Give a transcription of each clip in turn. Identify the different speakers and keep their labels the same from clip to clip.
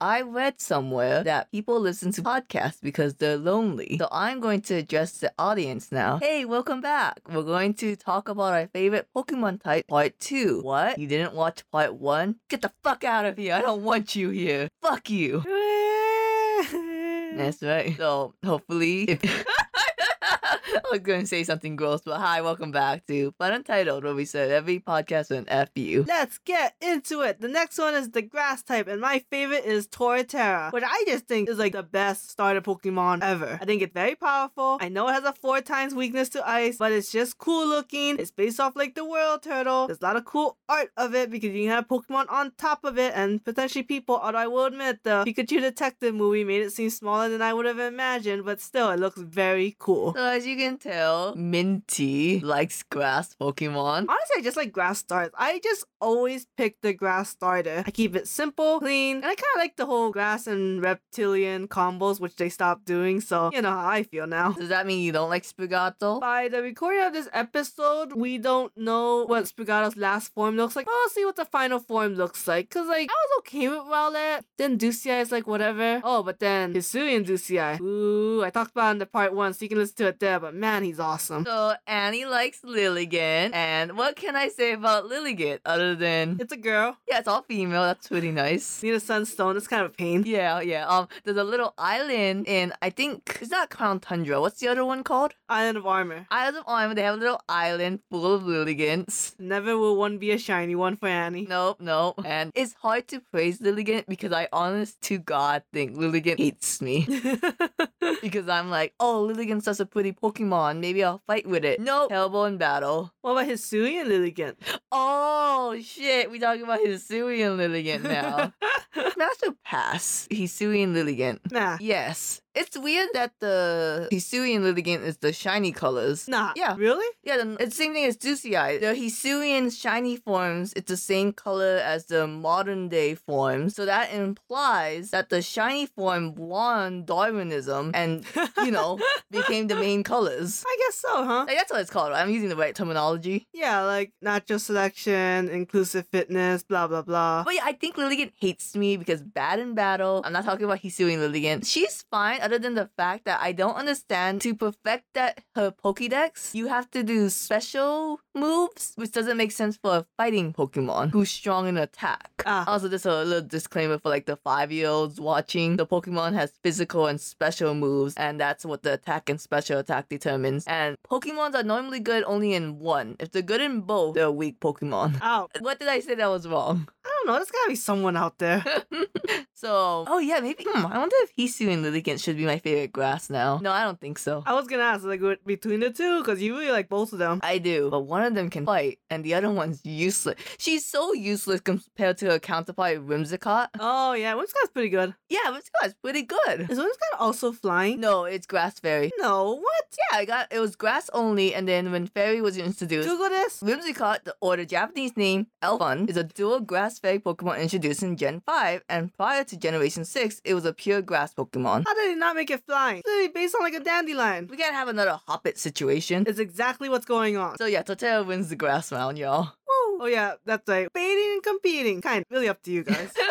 Speaker 1: I read somewhere that people listen to podcasts because they're lonely. So I'm going to address the audience now. Hey, welcome back. We're going to talk about our favorite Pokemon type part 2. What? You didn't watch part 1? Get the fuck out of here. I don't want you here. Fuck you. That's right. So hopefully if- I was going to say something gross, but hi, welcome back to Fun Untitled, where we said every podcast with an F you.
Speaker 2: Let's get into it. The next one is the grass type, and my favorite is Torterra, which I just think is like the best starter Pokemon ever. I think it's very powerful. I know it has a four times weakness to ice, but it's just cool looking. It's based off like the world turtle. There's a lot of cool art of it because you can have Pokemon on top of it and potentially people, although I will admit the Pikachu Detective movie made it seem smaller than I would have imagined, but still it looks very cool.
Speaker 1: So as you can tell, Minty likes grass Pokemon.
Speaker 2: Honestly, I just like grass starters. I just always pick the grass starter. I keep it simple, clean, and I kind of like the whole grass and reptilian combos, which they stopped doing. So you know how I feel now.
Speaker 1: Does that mean you don't like Spigato?
Speaker 2: By the recording of this episode, we don't know what Spigato's last form looks like. We'll see what the final form looks like. Cause like I was okay with Rowlet. Then Ducey is like whatever. Oh, but then Hisui and Ducey. Ooh, I talked about it in the part one, so you can listen to it there. But man, he's awesome.
Speaker 1: So Annie likes Lilligant, and what can I say about Lilligant other than
Speaker 2: It's a girl.
Speaker 1: yeah, it's all female. That's pretty nice.
Speaker 2: Need a sunstone. It's kind of a pain.
Speaker 1: Yeah, yeah. Um, there's a little island in I think it's not Crown Tundra. What's the other one called?
Speaker 2: Island of Armor.
Speaker 1: Isles of Armor. They have a little island full of Lilligants.
Speaker 2: Never will one be a shiny one for Annie.
Speaker 1: Nope, nope. And it's hard to praise Lilligant because I honest to God think Lilligant hates me. because I'm like, oh, Lilligant's such a pretty Pokemon. Maybe I'll fight with it. Nope. Terrible in battle.
Speaker 2: what about Hisui and Lilligant?
Speaker 1: Oh, shit. We talking about Hisui and Lilligant now. Master Pass. Hisui and Lilligant.
Speaker 2: nah.
Speaker 1: Yes. It's weird that the Hisui and Lilligant is the shiny colors.
Speaker 2: Nah.
Speaker 1: Yeah.
Speaker 2: Really?
Speaker 1: Yeah, the, it's the same thing as Ducey. The Hisuian shiny forms, it's the same color as the modern day form. So that implies that the shiny form won Darwinism and, you know, became the main colors.
Speaker 2: I guess so, huh?
Speaker 1: Like, that's what it's called. right? I'm using the right terminology.
Speaker 2: Yeah, like natural selection, inclusive fitness, blah blah blah.
Speaker 1: But Oh, yeah, I think Lilligant hates me because bad in battle. I'm not talking about Hisui and Lilligant. She's fine, other than the fact that I don't understand to perfect that her Pokédex, you have to do special moves, which doesn't make sense for a fighting Pokemon who's strong in attack.
Speaker 2: Ah.
Speaker 1: Also, just a little disclaimer for like the five year olds watching. The Pokemon has physical and special moves, and that's what the attack and special attack determines. And Pokemons are normally good only in one. If they're good in both, they're weak Pokemon.
Speaker 2: Ow.
Speaker 1: What did I say that was wrong?
Speaker 2: I don't know, there's gotta be someone out there.
Speaker 1: so, oh yeah, maybe. Hmm, I wonder if Hisu and Lilligant should be my favorite grass now. No, I don't think so.
Speaker 2: I was gonna ask like what- between the two, cause you really like both of them.
Speaker 1: I do, but one of them can fight, and the other one's useless. She's so useless compared to her counterpart Whimsicott.
Speaker 2: Oh yeah, Whimsicott's pretty good.
Speaker 1: Yeah, Whimsicott's pretty good.
Speaker 2: Is Whimsicott also flying?
Speaker 1: No, it's Grass Fairy.
Speaker 2: No, what?
Speaker 1: Yeah, I got it was grass only, and then when fairy was introduced,
Speaker 2: Google this.
Speaker 1: Whimsicott, the- or the Japanese name Elfun, is a dual grass fairy Pokemon introduced in Gen 5, and prior to Generation 6, it was a pure grass Pokemon.
Speaker 2: How did they not make it flying? It's literally based on like a dandelion.
Speaker 1: We can't have another Hoppet situation.
Speaker 2: It's exactly what's going on.
Speaker 1: So yeah, Totero wins the grass round, y'all.
Speaker 2: Woo. Oh yeah, that's right. Baiting and competing. Kind really up to you guys.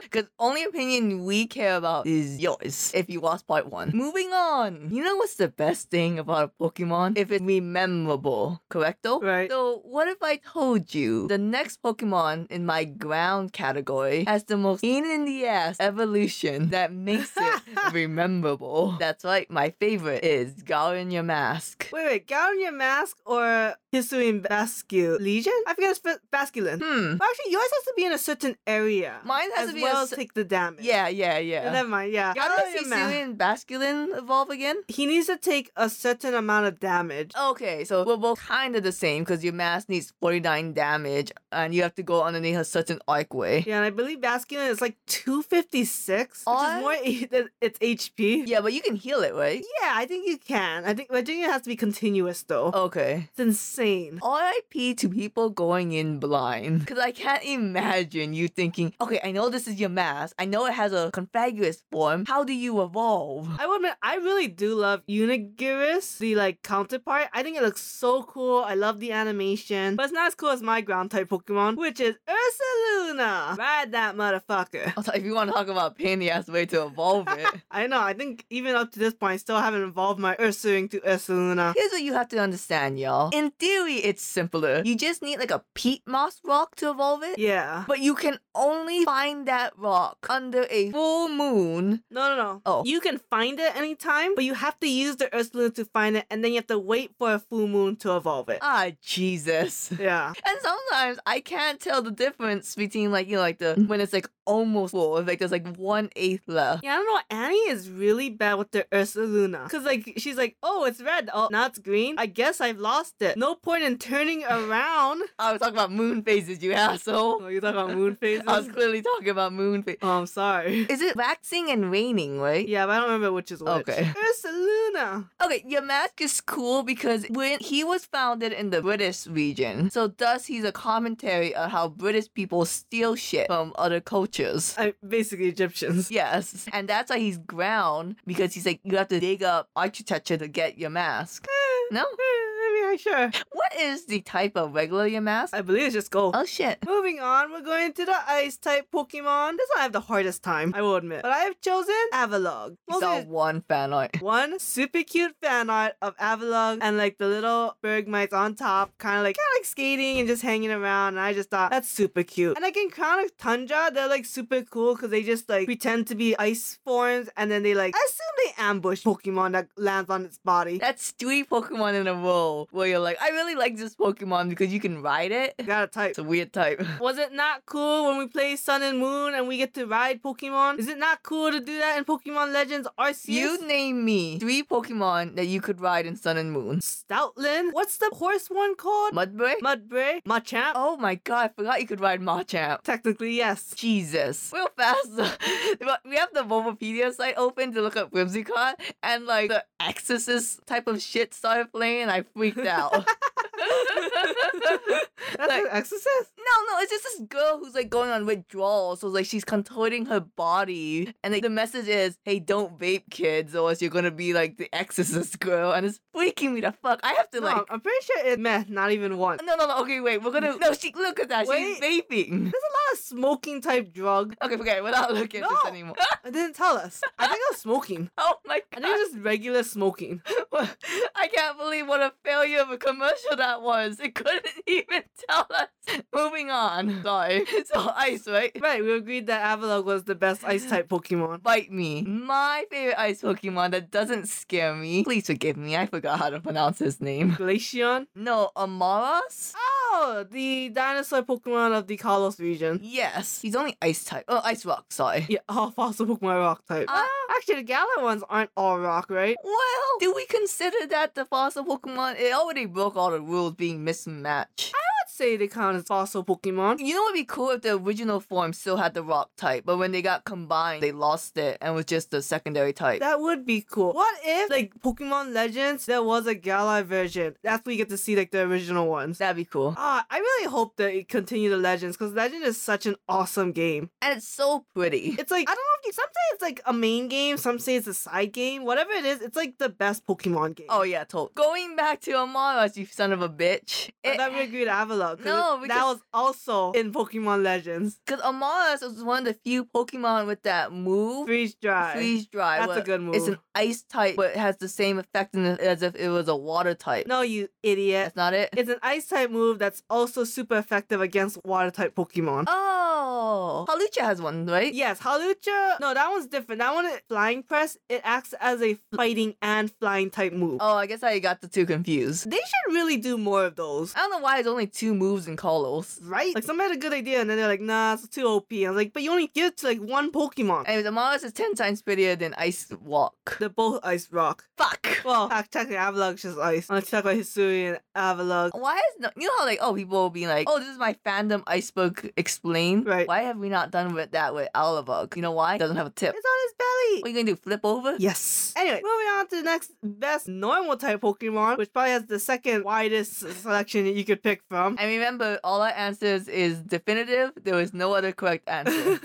Speaker 1: Because only opinion we care about is yours if you lost part one. Moving on. You know what's the best thing about a Pokemon? If it's memorable, correcto?
Speaker 2: Right.
Speaker 1: So what if I told you the next Pokemon in my ground category has the most pain in the ass evolution that makes it rememberable? That's right, my favorite is Gower in Your Mask.
Speaker 2: Wait, wait, Gown Your Mask or Hisui and Bascule? Legion? I forget it's fa- Basculin.
Speaker 1: Hmm.
Speaker 2: But actually, yours has to be in a certain area.
Speaker 1: Mine has to
Speaker 2: as
Speaker 1: be a
Speaker 2: well
Speaker 1: cer-
Speaker 2: as take the damage.
Speaker 1: Yeah, yeah,
Speaker 2: Yeah,
Speaker 1: yeah.
Speaker 2: Never mind, yeah.
Speaker 1: How
Speaker 2: Gown
Speaker 1: does
Speaker 2: Your Mask.
Speaker 1: Sicilian Basculin evolve again?
Speaker 2: He needs to take a certain amount of damage.
Speaker 1: Okay, so we're both kind of the same because your mask needs 49 damage and you have to go underneath a certain arcway.
Speaker 2: Yeah, and I believe Basculin is like 256, which
Speaker 1: I-
Speaker 2: is more e- than its HP.
Speaker 1: Yeah, but you can heal it, right?
Speaker 2: Yeah, I think you can. I think, I think it has to be continuous though.
Speaker 1: Oh. Okay.
Speaker 2: It's insane.
Speaker 1: Oh. RIP to people going in blind. Because I can't imagine you thinking, okay, I know know this is your mask. I know it has a confaguous form. How do you evolve?
Speaker 2: I would admit, I really do love Unigiris, the like counterpart. I think it looks so cool. I love the animation, but it's not as cool as my ground type Pokemon, which is Ursaluna. Ride that motherfucker.
Speaker 1: Also, if you want to talk about pain in the ass way to evolve it.
Speaker 2: I know. I think even up to this point, I still haven't evolved my Ursaring to Ursaluna.
Speaker 1: Here's what you have to understand, y'all. In theory, it's simpler. You just need like a peat moss rock to evolve it.
Speaker 2: Yeah.
Speaker 1: But you can only find that rock under a full moon.
Speaker 2: No, no, no.
Speaker 1: Oh.
Speaker 2: You can find it anytime, but you have to use the Ursaluna to find it, and then you have to wait for a full moon to evolve it.
Speaker 1: Ah, Jesus.
Speaker 2: Yeah.
Speaker 1: And sometimes I can't tell the difference between like you know like the when it's like almost full, if like there's like one eighth left.
Speaker 2: Yeah, I don't know. Annie is really bad with the Ursaluna. Because, like, she's like, oh, it's red. Oh, now it's green. I guess I've lost it. No point in turning around.
Speaker 1: I was talking about moon phases, you asshole.
Speaker 2: oh, you talking about moon phases?
Speaker 1: I was clearly talking about moon phases.
Speaker 2: oh, I'm sorry.
Speaker 1: Is it waxing and raining, right?
Speaker 2: yeah, but I don't remember which is which.
Speaker 1: Okay.
Speaker 2: Ursaluna.
Speaker 1: Okay, your mask is cool because when he was founded in the British region, so thus he's a commentary of how British people steal shit from other cultures.
Speaker 2: I, basically, Egyptians.
Speaker 1: Yes, and that's why he's ground because he's like you have to dig up architecture to get your mask. No,
Speaker 2: Eh, I mean, sure.
Speaker 1: what is the type of regular your mask?
Speaker 2: I believe it's just gold.
Speaker 1: Oh shit.
Speaker 2: Moving on, we're going to the ice type Pokemon. This one I have the hardest time, I will admit. But I have chosen Avalog.
Speaker 1: I
Speaker 2: Mostly
Speaker 1: saw one fan art.
Speaker 2: one super cute fan art of Avalog and like the little Bergmites on top, kind of like kind of like skating and just hanging around. And I just thought that's super cute. And like in Crown of Tundra, they're like super cool because they just like pretend to be ice forms and then they like I assume they ambush Pokemon that lands on its body.
Speaker 1: That's three Pokemon in a row where you're like, I really like this Pokemon because you can ride it.
Speaker 2: Got a type.
Speaker 1: It's a weird type.
Speaker 2: Was it not cool when we play Sun and Moon and we get to ride Pokemon? Is it not cool to do that in Pokemon Legends Arceus?
Speaker 1: You name me three Pokemon that you could ride in Sun and Moon.
Speaker 2: Stoutland? What's the horse one called?
Speaker 1: Mudbray?
Speaker 2: Mudbray? Machamp?
Speaker 1: oh my god, I forgot you could ride Machamp.
Speaker 2: Technically, yes.
Speaker 1: Jesus. Real fast. but we have the Bulbapedia site open to look up Whimsicott, and like the Exorcist type of shit started playing, and I freaked out.
Speaker 2: That's
Speaker 1: Like-
Speaker 2: an exorcist?
Speaker 1: No, no, it's just this girl who's like going on withdrawal. So like she's contorting her body, and like the message is, "Hey, don't vape, kids, or else you're gonna be like the Exorcist girl." And it's freaking me the fuck. I have to
Speaker 2: No,
Speaker 1: like.
Speaker 2: I'm pretty sure it meh, not even one.
Speaker 1: No, no, no. Okay, wait. We're gonna. No, she. Look at that. She's vaping.
Speaker 2: There's a lot of smoking type drug.
Speaker 1: Okay, forget. it. We're not looking at this
Speaker 2: No.
Speaker 1: anymore.
Speaker 2: It didn't tell us. I think it was smoking.
Speaker 1: Oh my
Speaker 2: I
Speaker 1: god.
Speaker 2: think it was just regular smoking.
Speaker 1: I can't believe what a failure of a commercial that was. It couldn't even tell us. Moving on. Sorry. So ice, right?
Speaker 2: Right, we agreed that Avalog was the best ice type Pokemon.
Speaker 1: Bite me. My favorite ice Pokemon that doesn't scare me. Please forgive me. I forgot how to pronounce his name.
Speaker 2: Glaceon?
Speaker 1: No, Amaras?
Speaker 2: Oh, the dinosaur Pokemon of the Kalos region.
Speaker 1: Um, Yes. He's only ice type. Oh, ice rock. Sorry.
Speaker 2: Yeah, all fossil Pokemon rock type.
Speaker 1: Ah.
Speaker 2: Actually, the Galar ones aren't all rock, right?
Speaker 1: Well, do we consider that the fossil Pokemon? It already broke all the rules being mismatched.
Speaker 2: I'd say they count as fossil Pokemon.
Speaker 1: You know what would be cool if the original form still had the rock type, but when they got combined, they lost it and was just the secondary type.
Speaker 2: That would be cool. What if, like, Pokemon Legends, there was a Galar version? That's where you get to see, like, the original ones.
Speaker 1: That'd be cool.
Speaker 2: Ah, I really hope that it continue the Legends because Legend is such an awesome game.
Speaker 1: And it's so pretty.
Speaker 2: It's like I don't know if you, some say it's like a main game, some say it's a side game. Whatever it is, it's like the best Pokemon game.
Speaker 1: Oh yeah, totally. Going back to Amaras, you son of a bitch.
Speaker 2: I thought we agreed Avalon. 'cause
Speaker 1: No,
Speaker 2: it- that
Speaker 1: because-
Speaker 2: was also in Pokemon Legends.
Speaker 1: Because Amaras was one of the few Pokemon with that move.
Speaker 2: Freeze dry.
Speaker 1: Freeze dry.
Speaker 2: That's
Speaker 1: where
Speaker 2: a good move.
Speaker 1: It's an ice type, but it has the same effectiveness as if it was a water type.
Speaker 2: no, you idiot.
Speaker 1: That's not it?
Speaker 2: It's an ice type move that's also super effective against water type Pokemon.
Speaker 1: Oh, Halucha has one, right?
Speaker 2: Yes, Halucha. No, that one's different. That one, Flying Press, it acts as a fighting and flying type move.
Speaker 1: Oh, I guess I got the two confused.
Speaker 2: They should really do more of those.
Speaker 1: I don't know why it's only two moves in Kalos.
Speaker 2: right? Uh, Like somebody had a good idea and then they're like, nah, it's too OP. I was like, but you only give it to like one Pokemon.
Speaker 1: Anyways, Amaris is ten times prettier than Ice Walk.
Speaker 2: They're both ice rock.
Speaker 1: Fuck.
Speaker 2: Well, fact, technically Avalog's just ice. Oh. Unless you talk about Hisui and Avalog.
Speaker 1: Why is no? You know how like oh people will be like oh this is my fandom iceberg explained.
Speaker 2: Right.
Speaker 1: Why have we not done with that with Olivog? You know why? Doesn't have a tip.
Speaker 2: It's on his
Speaker 1: What
Speaker 2: belly.
Speaker 1: are you gonna do? Flip over?
Speaker 2: Yes. Anyway, moving on to the next best normal type Pokemon, which probably has the second widest selection that you could pick from.
Speaker 1: And remember, all our answers is definitive. There is no other correct answer.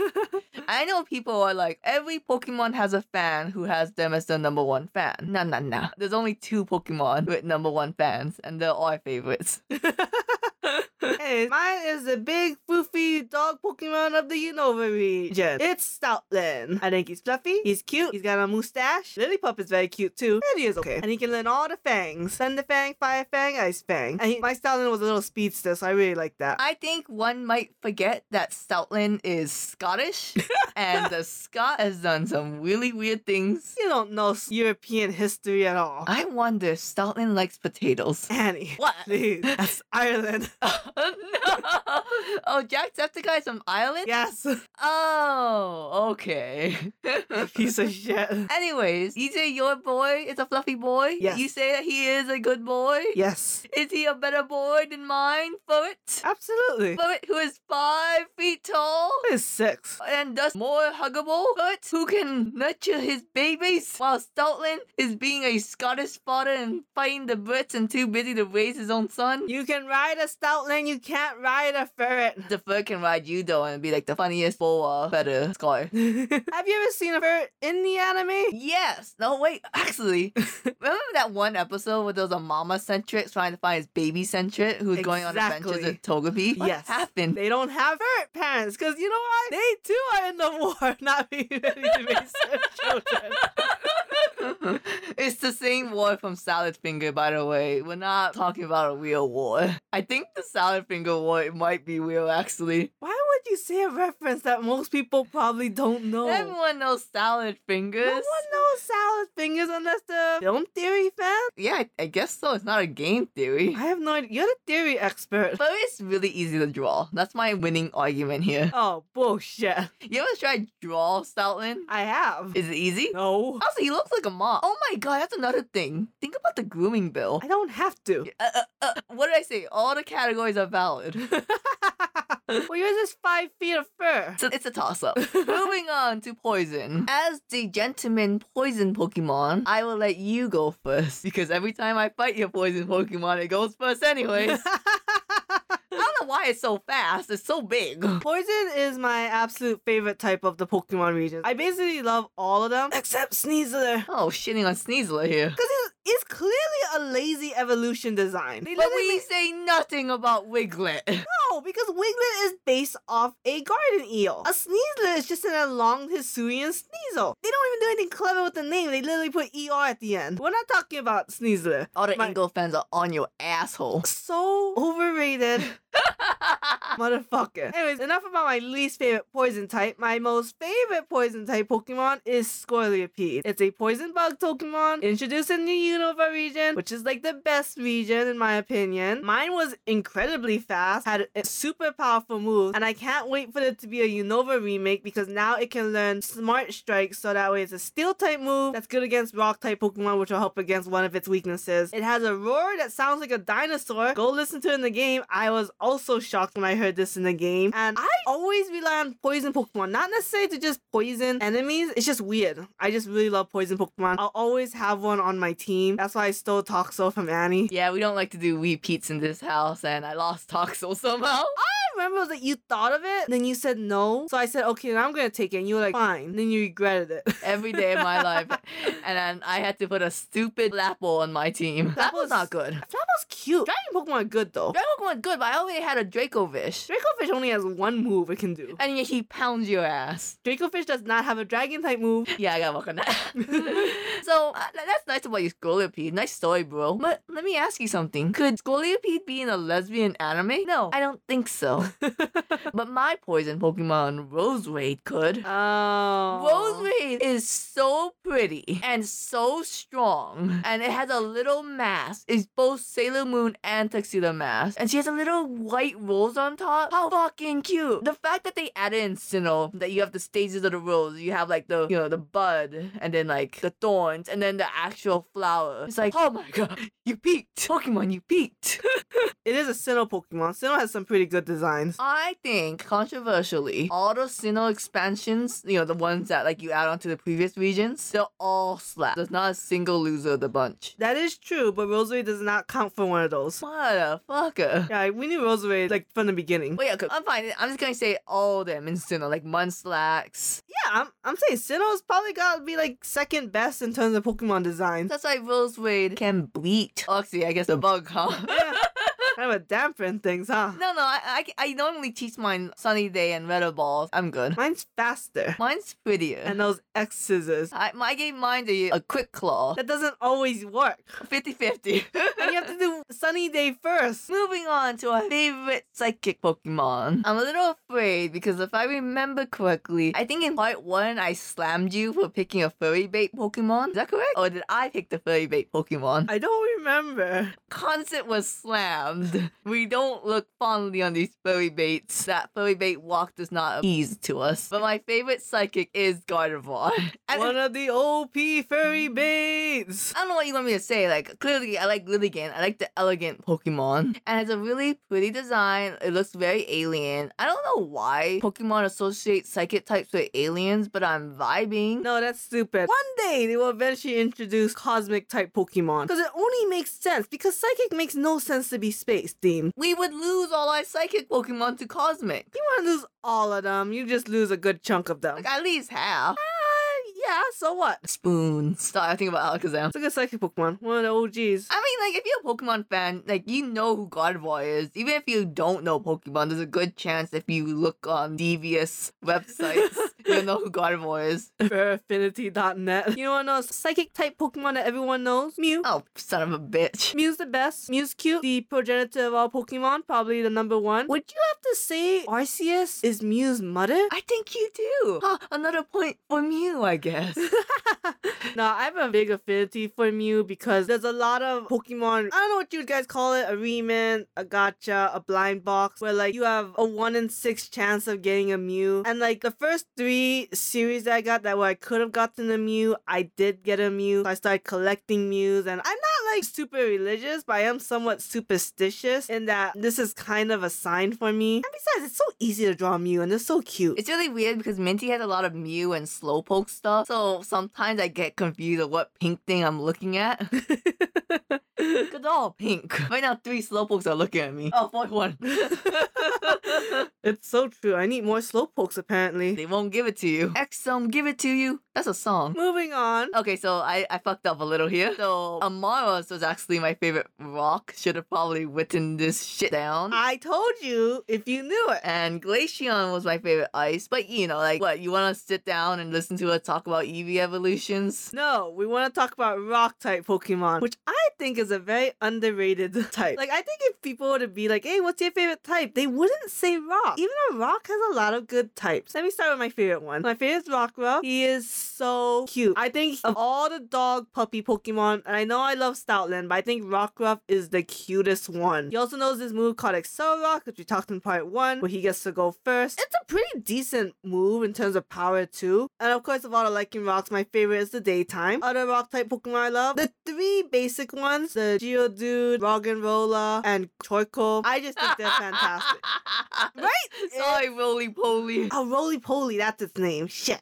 Speaker 1: I know people are like, every Pokemon has a fan who has them as their number one fan. Nah, nah, nah. There's only two Pokemon with number one fans, and they're all favorites.
Speaker 2: hey, mine is the big foofy dog Pokemon of the Unova region. It's Stoutland. I think he's fluffy. He's cute. He's got a mustache. Lillipup is very cute too. And he is okay. And he can learn all the fangs: Thunder Fang, Fire Fang, Ice Fang. And he, my Stoutland was a little speedster, so I really like that.
Speaker 1: I think one might forget that Stoutland is Scottish, and the Scot has done some really weird things.
Speaker 2: you don't know s- European history at all,
Speaker 1: I wonder if Stoutland likes potatoes.
Speaker 2: Annie.
Speaker 1: What?
Speaker 2: Please, that's Ireland.
Speaker 1: oh, no. Oh, Jacksepticeye's from Ireland?
Speaker 2: yes,
Speaker 1: Oh, okay.
Speaker 2: piece of shit.
Speaker 1: Anyways, you say your boy is a fluffy boy?
Speaker 2: Yes.
Speaker 1: You say that he is a good boy?
Speaker 2: Yes,
Speaker 1: Is he a better boy than mine, Foot?
Speaker 2: absolutely.
Speaker 1: Foot, who is five feet tall
Speaker 2: It's six.
Speaker 1: and thus more huggable? Foot, who can nurture his babies? While Stoutland is being a Scottish father and fighting the Brits and too busy to raise his own son?
Speaker 2: You can ride a Stoutland. You can't ride a ferret.
Speaker 1: The fur can ride you though and be like the funniest boa feather scarf.
Speaker 2: Have you ever seen a ferret in the anime?
Speaker 1: Yes. No, wait. Actually, remember that one episode where there was a mama centric trying to find his baby centric who was going on adventures with Togepi? What
Speaker 2: Yes.
Speaker 1: happened?
Speaker 2: They don't have ferret parents because you know why? They too are in the war, not being ready to raise their children.
Speaker 1: it's the same war from Salad Finger, by the way. We're not talking about a real war. I think the Salad Finger war it might be real, actually.
Speaker 2: Why would you say a reference that most people probably don't know?
Speaker 1: Everyone knows Salad Fingers.
Speaker 2: Oh. No one knows salad fingers unless they're film theory fan.
Speaker 1: Yeah, I, I guess so. It's not a game theory.
Speaker 2: I have no idea. You're the theory expert.
Speaker 1: But it's really easy to draw. That's my winning argument here.
Speaker 2: Oh bullshit!
Speaker 1: You ever tried draw Stoutland?
Speaker 2: I have.
Speaker 1: Is it easy?
Speaker 2: No,
Speaker 1: Also, he looks like a mom. Oh my god, that's another thing. Think about the grooming bill.
Speaker 2: I don't have to.
Speaker 1: Uh, uh, uh, what did I say? All the categories are valid.
Speaker 2: well, yours is five feet of fur.
Speaker 1: So it's a toss up. Moving on to poison. As the gentleman poison Pokemon, I will let you go first because every time I fight your poison Pokemon, it goes first anyways. I don't know why it's so fast. It's so big.
Speaker 2: Poison is my absolute favorite type of the Pokemon regions. I basically love all of them except Sneasler.
Speaker 1: Oh, shitting on Sneasler here.
Speaker 2: Because it's, it's clearly a lazy evolution design. They
Speaker 1: But
Speaker 2: literally-
Speaker 1: we say nothing about Wiglet.
Speaker 2: No, because Wiglet is based off a garden eel. A Sneasler is just an elonged Hisuian Sneasel. They don't even do anything clever with the name. They literally put ER at the end. We're not talking about Sneasler.
Speaker 1: All the
Speaker 2: My-
Speaker 1: Ingo fans are on your asshole.
Speaker 2: So overrated. Motherfucker. Anyways, enough about my least favorite poison type. My most favorite poison type Pokemon is Scorliopede. It's a poison bug Pokemon introduced in the Unova region, which is like the best region in my opinion. Mine was incredibly fast, had a super powerful move, and I can't wait for there to be a Unova remake because now it can learn Smart Strike so that way it's a steel type move that's good against rock type Pokemon, which will help against one of its weaknesses. It has a roar that sounds like a dinosaur. Go listen to it in the game. I was also shocked when I heard this in the game. And I always rely on poison Pokemon, not necessarily to just poison enemies. It's just weird. I just really love poison Pokemon. I'll always have one on my team. That's why I stole Toxel from Annie.
Speaker 1: Yeah, we don't like to do repeats in this house, and I lost Toxel somehow.
Speaker 2: I remember that you thought of it, then you said no. So I said, okay, then I'm gonna take it. And you were like, fine. Then you regretted it.
Speaker 1: Every day of my life, and then I had to put a stupid Lapple on my team.
Speaker 2: That
Speaker 1: That
Speaker 2: was-
Speaker 1: was not good.
Speaker 2: Flabble's cute. Dragon Pokemon are good though.
Speaker 1: Dragon Pokemon good, but I already had a Dracovish,
Speaker 2: Dracofish only has one move it can do.
Speaker 1: and yet he pounds your ass.
Speaker 2: Dracofish does not have a dragon type move.
Speaker 1: Yeah, I gotta work on that. so uh, th- that's nice about you, Scolipede. Nice story, bro. But let me ask you something. Could Scolipede be in a lesbian anime? No, I don't think so. but my poison Pokemon, Rosewaid, could.
Speaker 2: Oh.
Speaker 1: Rosemary is so pretty and so strong, and it has a little mask. It's both Sailor Moon and Tuxedo Mask, and she has a little white rose on top. How fucking cute! The fact that they added in Sinnoh that you have the stages of the rose, you have like the you know the bud, and then like the thorns, and then the actual flower. It's like, oh my god, you peaked, Pokemon, you peaked.
Speaker 2: It is a Sinnoh Pokemon. Sinnoh has some pretty good designs.
Speaker 1: I think controversially, all those Sinnoh expansions, you know, the ones that like you add on to the previous regions, They're all slapped. There's not a single loser of the bunch.
Speaker 2: That is true, but Rosary does not count for one of those.
Speaker 1: Motherfucker.
Speaker 2: Yeah, we knew Rosary like from the beginning.
Speaker 1: Well, yeah, 'cause I'm fine. I'm just gonna say all of them in Sinnoh, like Munchlax.
Speaker 2: Yeah, I'm, I'm saying Sinnoh's probably gotta be like second best in terms of Pokemon design.
Speaker 1: That's why Rosewood can bleat. Oxy, I guess the bug, huh?
Speaker 2: Yeah, kind of a dampen things, huh?
Speaker 1: No, no, I, I, I normally teach mine Sunny Day and Red Balls. I'm good.
Speaker 2: Mine's faster.
Speaker 1: Mine's prettier.
Speaker 2: And those X scissors.
Speaker 1: I, I gave mine a, a quick claw.
Speaker 2: That doesn't always work.
Speaker 1: 50 50.
Speaker 2: And you have to do Sunny Day first.
Speaker 1: Moving on to our favorite psychic Pokemon. I'm a little afraid because if I remember correctly, I think in part one I slammed you for picking a furry bait Pokemon. Is that correct? Or did I pick the furry bait Pokemon?
Speaker 2: I don't remember.
Speaker 1: Concept was slammed. We don't look fondly on these furry baits. That furry bait walk does not appease to us. But my favorite psychic is Gardevoir. And
Speaker 2: One of the OP furry baits.
Speaker 1: I don't know what you want me to say. Like, clearly, I like Lilligan. I like the elegant Pokemon. And it's a really pretty design. It looks very alien. I don't know why Pokemon associate psychic types with aliens, but I'm vibing.
Speaker 2: No, that's stupid. One day they will eventually introduce cosmic type Pokemon. Because it only makes sense. Because psychic makes no sense to be space themed.
Speaker 1: We would lose all our psychic Pokemon to cosmic.
Speaker 2: You want to lose all of them, you just lose a good chunk of them. Eh,
Speaker 1: Like, at least half.
Speaker 2: Yeah, so what?
Speaker 1: Spoon. Stop. I think about Alakazam.
Speaker 2: It's a good psychic Pokemon. One of the OGs.
Speaker 1: I mean, like, if you're a Pokemon fan, like, you know who Gardevoir is. Even if you don't know Pokemon, there's a good chance if you look on devious websites, you'll know who Gardevoir is.
Speaker 2: Fairaffinity.net. You know what knows? Psychic type Pokemon that everyone knows? Mew.
Speaker 1: Oh, son of a bitch.
Speaker 2: Mew's the best. Mew's cute. The progenitor of all Pokemon, probably the number one. Would you have to say Arceus is Mew's mother?
Speaker 1: I think you do. Huh, another point for Mew, I guess.
Speaker 2: no, I have a big affinity for Mew because there's a lot of Pokemon. I don't know what you guys call it a Reman, a Gacha, a Blind Box, where like you have a 1 in 6 chance of getting a Mew. And like the first three series that I got that where I could have gotten a Mew, I did get a Mew. So I started collecting Mews, and I'm not like super religious, but I am somewhat superstitious in that this is kind of a sign for me. And besides, it's so easy to draw Mew, and they're so cute.
Speaker 1: It's really weird because Minty has a lot of Mew and Slowpoke stuff, so sometimes I get confused of what pink thing I'm looking at. Cause they're all pink. Right now, three Slowpokes are looking at me. Oh, fourth one.
Speaker 2: it's so true. I need more slowpokes apparently.
Speaker 1: they won't give it to you. Exum, give it to you. That's a song.
Speaker 2: Moving on.
Speaker 1: Okay, so I, I fucked up a little here. So Amaros was actually my favorite rock. Should have probably written this shit down.
Speaker 2: I told you if you knew it.
Speaker 1: And Glaceon was my favorite ice. But you know, like what, you wanna sit down and listen to us talk about Eevee evolutions?
Speaker 2: No, we want to talk about rock type Pokemon, which I think is a very underrated type. Like, I think if people were to be like, hey, what's your favorite type? They wouldn't say rock. Even though rock has a lot of good types. Let me start with my favorite one. My favorite is Rockruff. He is so cute. I think of all the dog puppy Pokemon, and I know I love Stoutland, but I think Rockruff is the cutest one. He also knows this move called Excel Rock, which we talked in part one, where he gets to go first. It's a pretty decent move in terms of power, too. And of course, of all the Lycanrocs, rocks, my favorite is the Daytime. Other rock type Pokemon I love, the three basic ones, the Geodude, Roggenrola, and Choico. I just think they're fantastic. Right?
Speaker 1: Sorry, roly poly.
Speaker 2: Oh, Roly Poly, that's its name. Shit.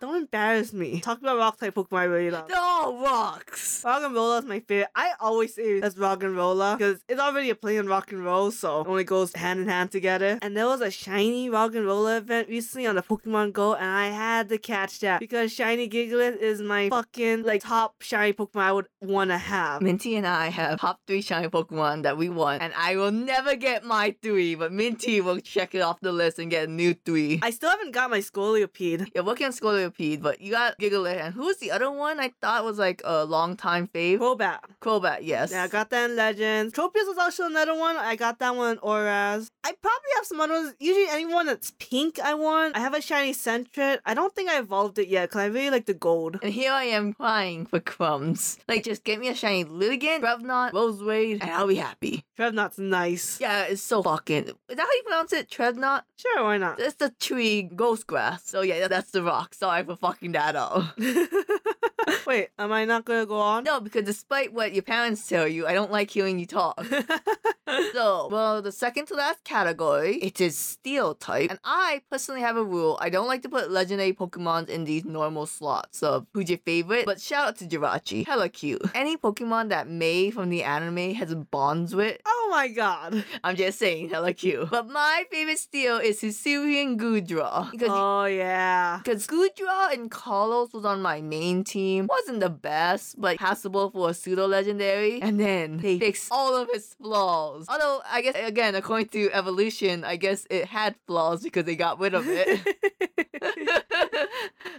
Speaker 2: Don't embarrass me. Talk about rock type Pokemon I really love.
Speaker 1: They're all rocks.
Speaker 2: Rock and roller is my favorite. I always say that's rock and roller because it's already a play on rock and roll, so it only goes hand in hand together. And there was a shiny rock and roller event recently on the Pokemon Go, and I had to catch that because shiny Gigalith is my fucking like top shiny Pokemon I would want to have.
Speaker 1: Minty and I have top three shiny Pokemon that we want, and I will never get my three, but Minty will check it off the list and get a new three.
Speaker 2: I still haven't got my Scoliopede.
Speaker 1: You're working on Scolipede, but you got Gigalith, and who was the other one I thought was like a long time fave?
Speaker 2: Crobat.
Speaker 1: Crobat, yes.
Speaker 2: Yeah, I got that in Legends. Tropius was also another one. I got that one in Oraz. I probably have some others. Usually anyone that's pink I want. I have a shiny Sentret. I don't think I evolved it yet because I really like the gold.
Speaker 1: and here I am crying for crumbs. Like, just get me a shiny Lilligant, Revenant, Rosewaid, and I'll be happy.
Speaker 2: Trevenant's nice.
Speaker 1: Yeah, it's so fucking. Is that how you pronounce it? Trevenant?
Speaker 2: Sure, why not?
Speaker 1: That's the tree ghost grass. So, yeah, that's the rock. Sorry for fucking that up.
Speaker 2: Wait, am I not gonna go on?
Speaker 1: No, because despite what your parents tell you, I don't like hearing you talk. So, well, the second to last category, it is Steel type. And I personally have a rule. I don't like to put legendary Pokemon in these normal slots of who's your favorite. But shout out to Jirachi. Hella cute. Any Pokemon that May from the anime has bonds with,
Speaker 2: oh my god.
Speaker 1: I'm just saying, hella cute. But my favorite Steel is Hisuian Gudra. Because
Speaker 2: Oh yeah.
Speaker 1: because Gudra and Carlos was on my main team. Wasn't the best, but passable for a pseudo legendary. And then they fixed all of his flaws. Although, I guess, again, according to evolution, I guess it had flaws because they got rid of it.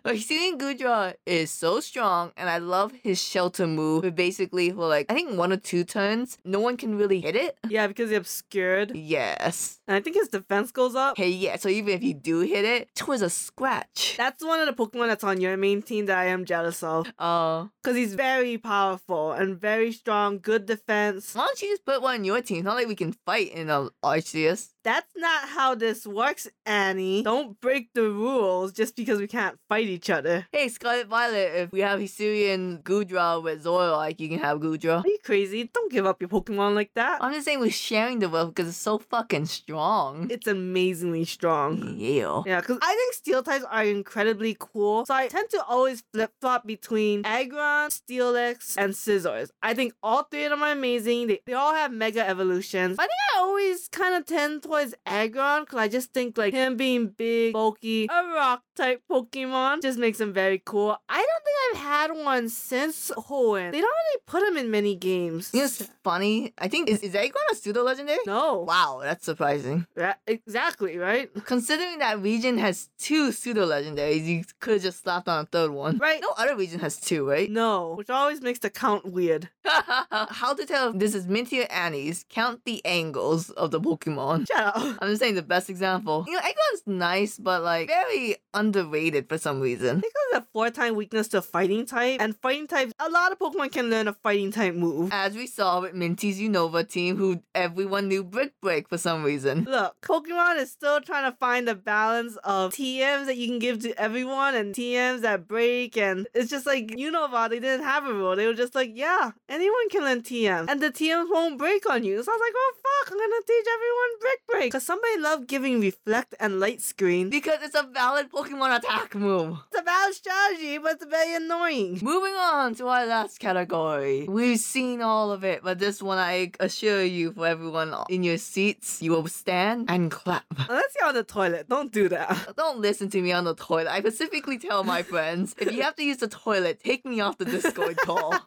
Speaker 1: like seeing Gudra is so strong, and I love his shelter move. But basically, for like I think one or two turns, no one can really hit it.
Speaker 2: yeah, because he obscured. And
Speaker 1: Yes.
Speaker 2: I think his defense goes up.
Speaker 1: Hey, yeah. So even if you do hit it, twas a scratch.
Speaker 2: That's one of the Pokemon that's on your main team that I am jealous of.
Speaker 1: Oh.
Speaker 2: Because he's very powerful and very strong, good defense.
Speaker 1: Why don't you just put one in your team? It's not like we can fight in a Arceus.
Speaker 2: That's not how this works, Annie. Don't break the rules just because we can't fight each other.
Speaker 1: Hey, Scarlet Violet, if we have Hisuian Gudra with Zoroark, you can have Gudra.
Speaker 2: Are you crazy? Don't give up your Pokemon like that.
Speaker 1: I'm just saying we're sharing the wealth because it's so fucking strong.
Speaker 2: It's amazingly
Speaker 1: Mm.
Speaker 2: strong.
Speaker 1: Yeah.
Speaker 2: Yeah, because I think steel types are incredibly cool. So I tend to always flip flop between Aggron, Steelix, and Scissors. I think all three of them are amazing. They, they all have mega evolutions. I think I always kind of tend towards Aggron because I just think like him being big, bulky, a rock type Pokemon just makes him very cool. I don't think I've had one since Hoenn. They don't really put him in many games.
Speaker 1: You know what's funny? I think, is, is Aegon a pseudo legendary?
Speaker 2: No.
Speaker 1: Wow, that's surprising.
Speaker 2: Ra- exactly, right?
Speaker 1: Considering that region has two pseudo legendaries, you could have just slapped on a third one.
Speaker 2: Right. Mm.
Speaker 1: No other region has two, right?
Speaker 2: No, which always makes the count weird.
Speaker 1: How to tell if this is Minty or Annie's? Count the angles of the Pokemon.
Speaker 2: Shut up.
Speaker 1: I'm just saying the best example. You know, Eggman's nice, but like very underrated for some reason.
Speaker 2: think it was a four time weakness to fighting type, and fighting types, a lot of Pokemon can learn a fighting type move.
Speaker 1: As we saw with Minty's Unova team, who everyone knew Brick Break for some reason.
Speaker 2: Look, Pokemon is still trying to find the balance of TMs that you can give to everyone and TMs that break, and it's just like Unova, they didn't have a rule. They were just like, yeah, anyone can learn TMs, and the TMs won't break on you. So I was like, oh fuck, I'm gonna teach everyone Brick Break. Because somebody loved giving Reflect and Light Screen.
Speaker 1: Because it's a valid Pokemon attack move.
Speaker 2: It's a valid strategy, but it's very annoying.
Speaker 1: Moving on to our last category. We've seen all of it, but this one I assure you for everyone in your seats, you will stand and clap.
Speaker 2: Unless you're on the toilet, don't do that.
Speaker 1: Don't listen to me on the toilet. I specifically tell my friends, if you have to use the toilet, take me off the Discord call. So-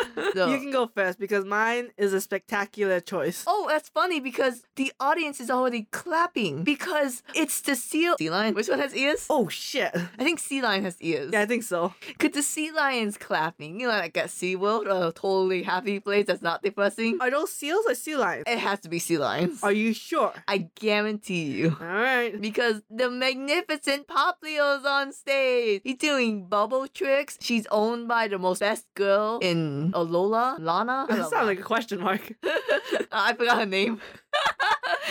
Speaker 2: You can go first because mine is a spectacular choice.
Speaker 1: Oh, that's funny because the audience is already clapping because it's the seal. Sea lion? Which one has ears?
Speaker 2: Oh shit.
Speaker 1: I think sea lion has ears.
Speaker 2: Yeah, I think so.
Speaker 1: Could the sea lions clapping? You know, like at SeaWorld, a totally happy place that's not depressing?
Speaker 2: Are those seals or sea lions?
Speaker 1: It has to be sea lions.
Speaker 2: Are you sure?
Speaker 1: I guarantee you.
Speaker 2: Alright.
Speaker 1: Because the magnificent Poplio's on stage. He's doing bubble tricks. She's owned by the most best girl in Alola, Lana. I
Speaker 2: That
Speaker 1: don't
Speaker 2: sounds
Speaker 1: know.
Speaker 2: like a question mark.
Speaker 1: I forgot her name.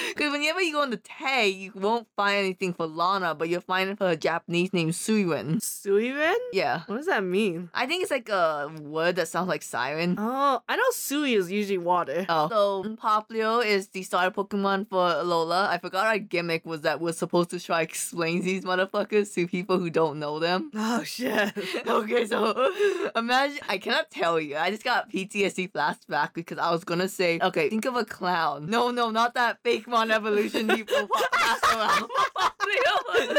Speaker 1: Because whenever you go on the tag, you won't find anything for Lana, but you'll find it for her Japanese name, Suiwen.
Speaker 2: Suiren?
Speaker 1: Yeah.
Speaker 2: What does that mean?
Speaker 1: I think it's like a word that sounds like siren.
Speaker 2: Oh, I know Sui is usually water.
Speaker 1: Oh. Uh, So, Poplio is the starter Pokemon for Lola. I forgot our gimmick was that we're supposed to try explain these motherfuckers to people who don't know them.
Speaker 2: Oh shit.
Speaker 1: okay, so imagine I cannot tell you. I just got PTSD flashback because I was gonna say, okay, think of a clown. No, no, not that fake Mon Evolution people pop pass around. Poplio.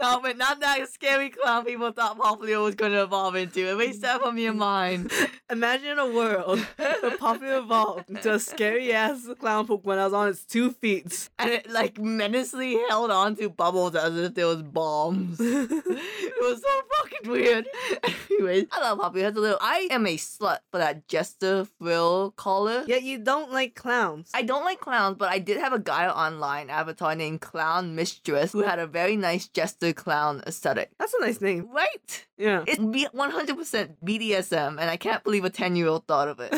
Speaker 1: no, but not that scary clown people thought Poplio was gonna evolve into. Erase that from your mind.
Speaker 2: Imagine a world where Poppy evolved into a scary ass clown Pokemon that was on its two feet.
Speaker 1: And it like menacingly held on to bubbles as if there was bombs. it was so fucking weird. Anyways, I love Poplio. That's a little I am a slut for that jester frill collar.
Speaker 2: Yet you don't like clowns.
Speaker 1: I don't like clowns, but I did have a guy online avatar named Clown Mistress who had a very nice jester clown aesthetic.
Speaker 2: That's a nice name.
Speaker 1: Right?
Speaker 2: Yeah.
Speaker 1: It's B- 100% BDSM, and I can't believe a 10 year old thought of it.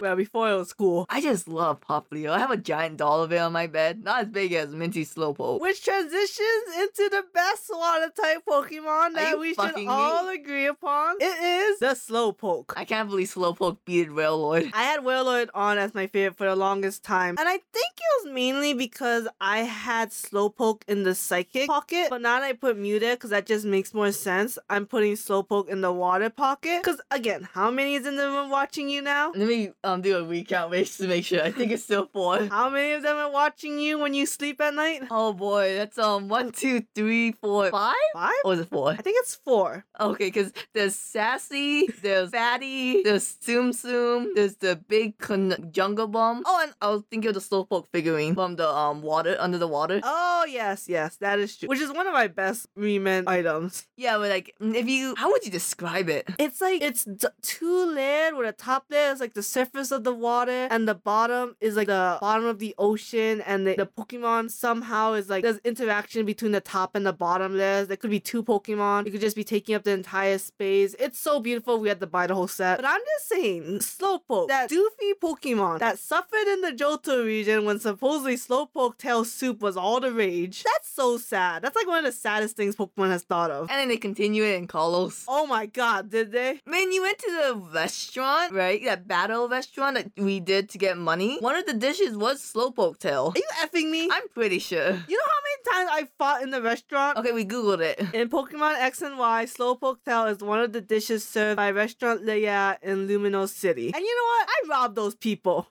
Speaker 2: well, before it was cool.
Speaker 1: I just love Poplio. I have a giant doll of it on my bed. Not as big as Minty Slowpoke.
Speaker 2: Which transitions into the best water type Pokemon that
Speaker 1: you
Speaker 2: we should
Speaker 1: fucking me?
Speaker 2: all agree upon. It is the Slowpoke.
Speaker 1: I can't believe Slowpoke beat Railroad.
Speaker 2: I had Wailord on as my favorite for the longest time. And I think it was mainly because I had Slowpoke in the psychic pocket. But now that I put Mew there, because that just makes more sense, I'm putting Slowpoke in the water pocket. Because again, how many is in the room watching you now?
Speaker 1: Let me um do a recount just to make sure. I think it's still four.
Speaker 2: How many of them are watching you when you sleep at night?
Speaker 1: Oh boy, that's um one, two, three, four, five?
Speaker 2: Five?
Speaker 1: Or was it four?
Speaker 2: I think it's four.
Speaker 1: Okay, because there's Sassy, there's Fatty, there's Tsum Tsum, there's the big con- jungle bomb. Oh, and I was thinking of the Slowpoke figurine from the um water, under the water.
Speaker 2: Oh, yes, yes, that is true. Which is one of my best reman items.
Speaker 1: Yeah, but like, if you, how would you describe it?
Speaker 2: It's like it's d- two layered where the top layer is like the surface of the water and the bottom is like the bottom of the ocean and the, the Pokemon somehow is like there's interaction between the top and the bottom layers. There could be two Pokemon. You could just be taking up the entire space. It's so beautiful. We had to buy the whole set. But I'm just saying, Slowpoke, that doofy Pokemon that suffered in the Johto region when supposedly Slowpoke tail soup was all the rage. That's so sad. That's like one of the saddest things Pokemon has thought of.
Speaker 1: And then they continue it in Kalos.
Speaker 2: Oh my god, did they?
Speaker 1: Man, you went to the restaurant, right? That battle restaurant that we did to get money. One of the dishes was slowpoke tail.
Speaker 2: Are you effing me?
Speaker 1: I'm pretty sure.
Speaker 2: you know how many times I fought in the restaurant?
Speaker 1: Okay, we googled it.
Speaker 2: In Pokemon X and Y, Slowpoke Tail is one of the dishes served by restaurant Leia in Lumino City. And you know what? I robbed those people.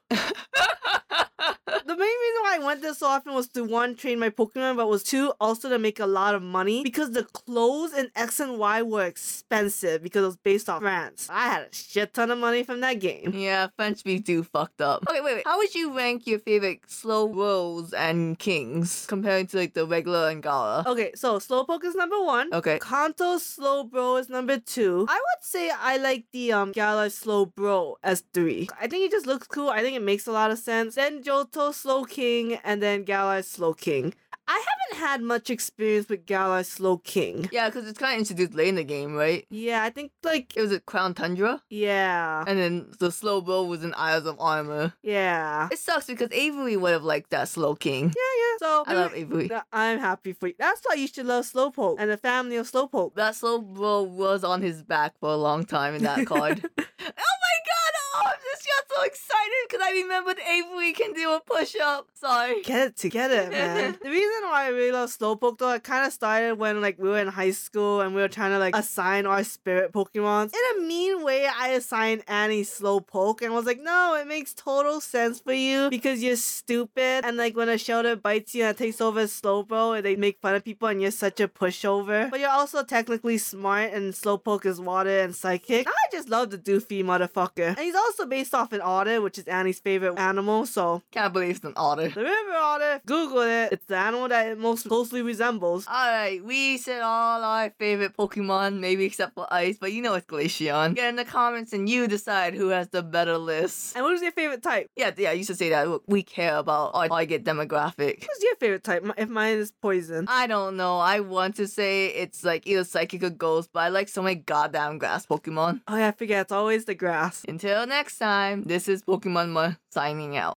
Speaker 2: the main reason why I went there so often was to one, train my Pokemon, but was two, also to make a lot of money because the clothes in X and Y were expensive because it was based off France. I had a shit ton of money from that game.
Speaker 1: yeah, French beef too fucked up. Okay, wait, wait. How would you rank your favorite slow rolls and kings comparing to like the regular and gala?
Speaker 2: Okay, so Slowpoke is number one.
Speaker 1: Okay.
Speaker 2: Kanto Slow Bro is number two. I would say I like the um Gala Slow Bro as three. I think it just looks cool. I think it makes a lot of sense. Then Johto Slow King and then Gala Slow King. I haven't had much experience with Gala Slow King.
Speaker 1: Yeah, because it's kind of introduced late in the game, right?
Speaker 2: Yeah, I think like
Speaker 1: It was a Crown Tundra,
Speaker 2: yeah.
Speaker 1: and then the slow roll was in Isles of Armor.
Speaker 2: Yeah.
Speaker 1: It sucks because Avery would have liked that slow king.
Speaker 2: Yeah, yeah. So
Speaker 1: I love Avery.
Speaker 2: Th- I'm happy for you. That's why you should love Slowpoke and the family of Slowpoke.
Speaker 1: That slow bro was on his back for a long time in that card. Oh my god! Oh, I just got so excited because I remembered Avery can do a push up. Sorry.
Speaker 2: Get it together, man. the reason why I really love Slowpoke though, it kind of started when like we were in high school and we were trying to like assign our spirit Pokemons. In a mean way, I assigned Annie Slowpoke and was like, no, it makes total sense for you because you're stupid. And like when a shelter bites you and it takes over Slowbro, they make fun of people and you're such a pushover. But you're also technically smart and Slowpoke is water and psychic. I just love the doofy motherfucker. And he's also based off an otter, which is Annie's favorite animal, so
Speaker 1: Can't believe it's an otter.
Speaker 2: the river otter. Google it. It's the animal that it most closely resembles.
Speaker 1: Alright, we said all our favorite Pokemon, maybe except for Ice, but you know it's Glaceon. Get in the comments and you decide who has the better list.
Speaker 2: And what is your favorite type?
Speaker 1: Yeah, yeah, I used to say that. Look, We care about our target demographic.
Speaker 2: What's your favorite type? Mi- If mine is poison.
Speaker 1: I don't know. I want to say it's like either psychic or ghost, but I like so many goddamn grass Pokemon.
Speaker 2: Oh yeah, I forget. It's always the grass.
Speaker 1: Until next time, this is Pokemon Mo signing out.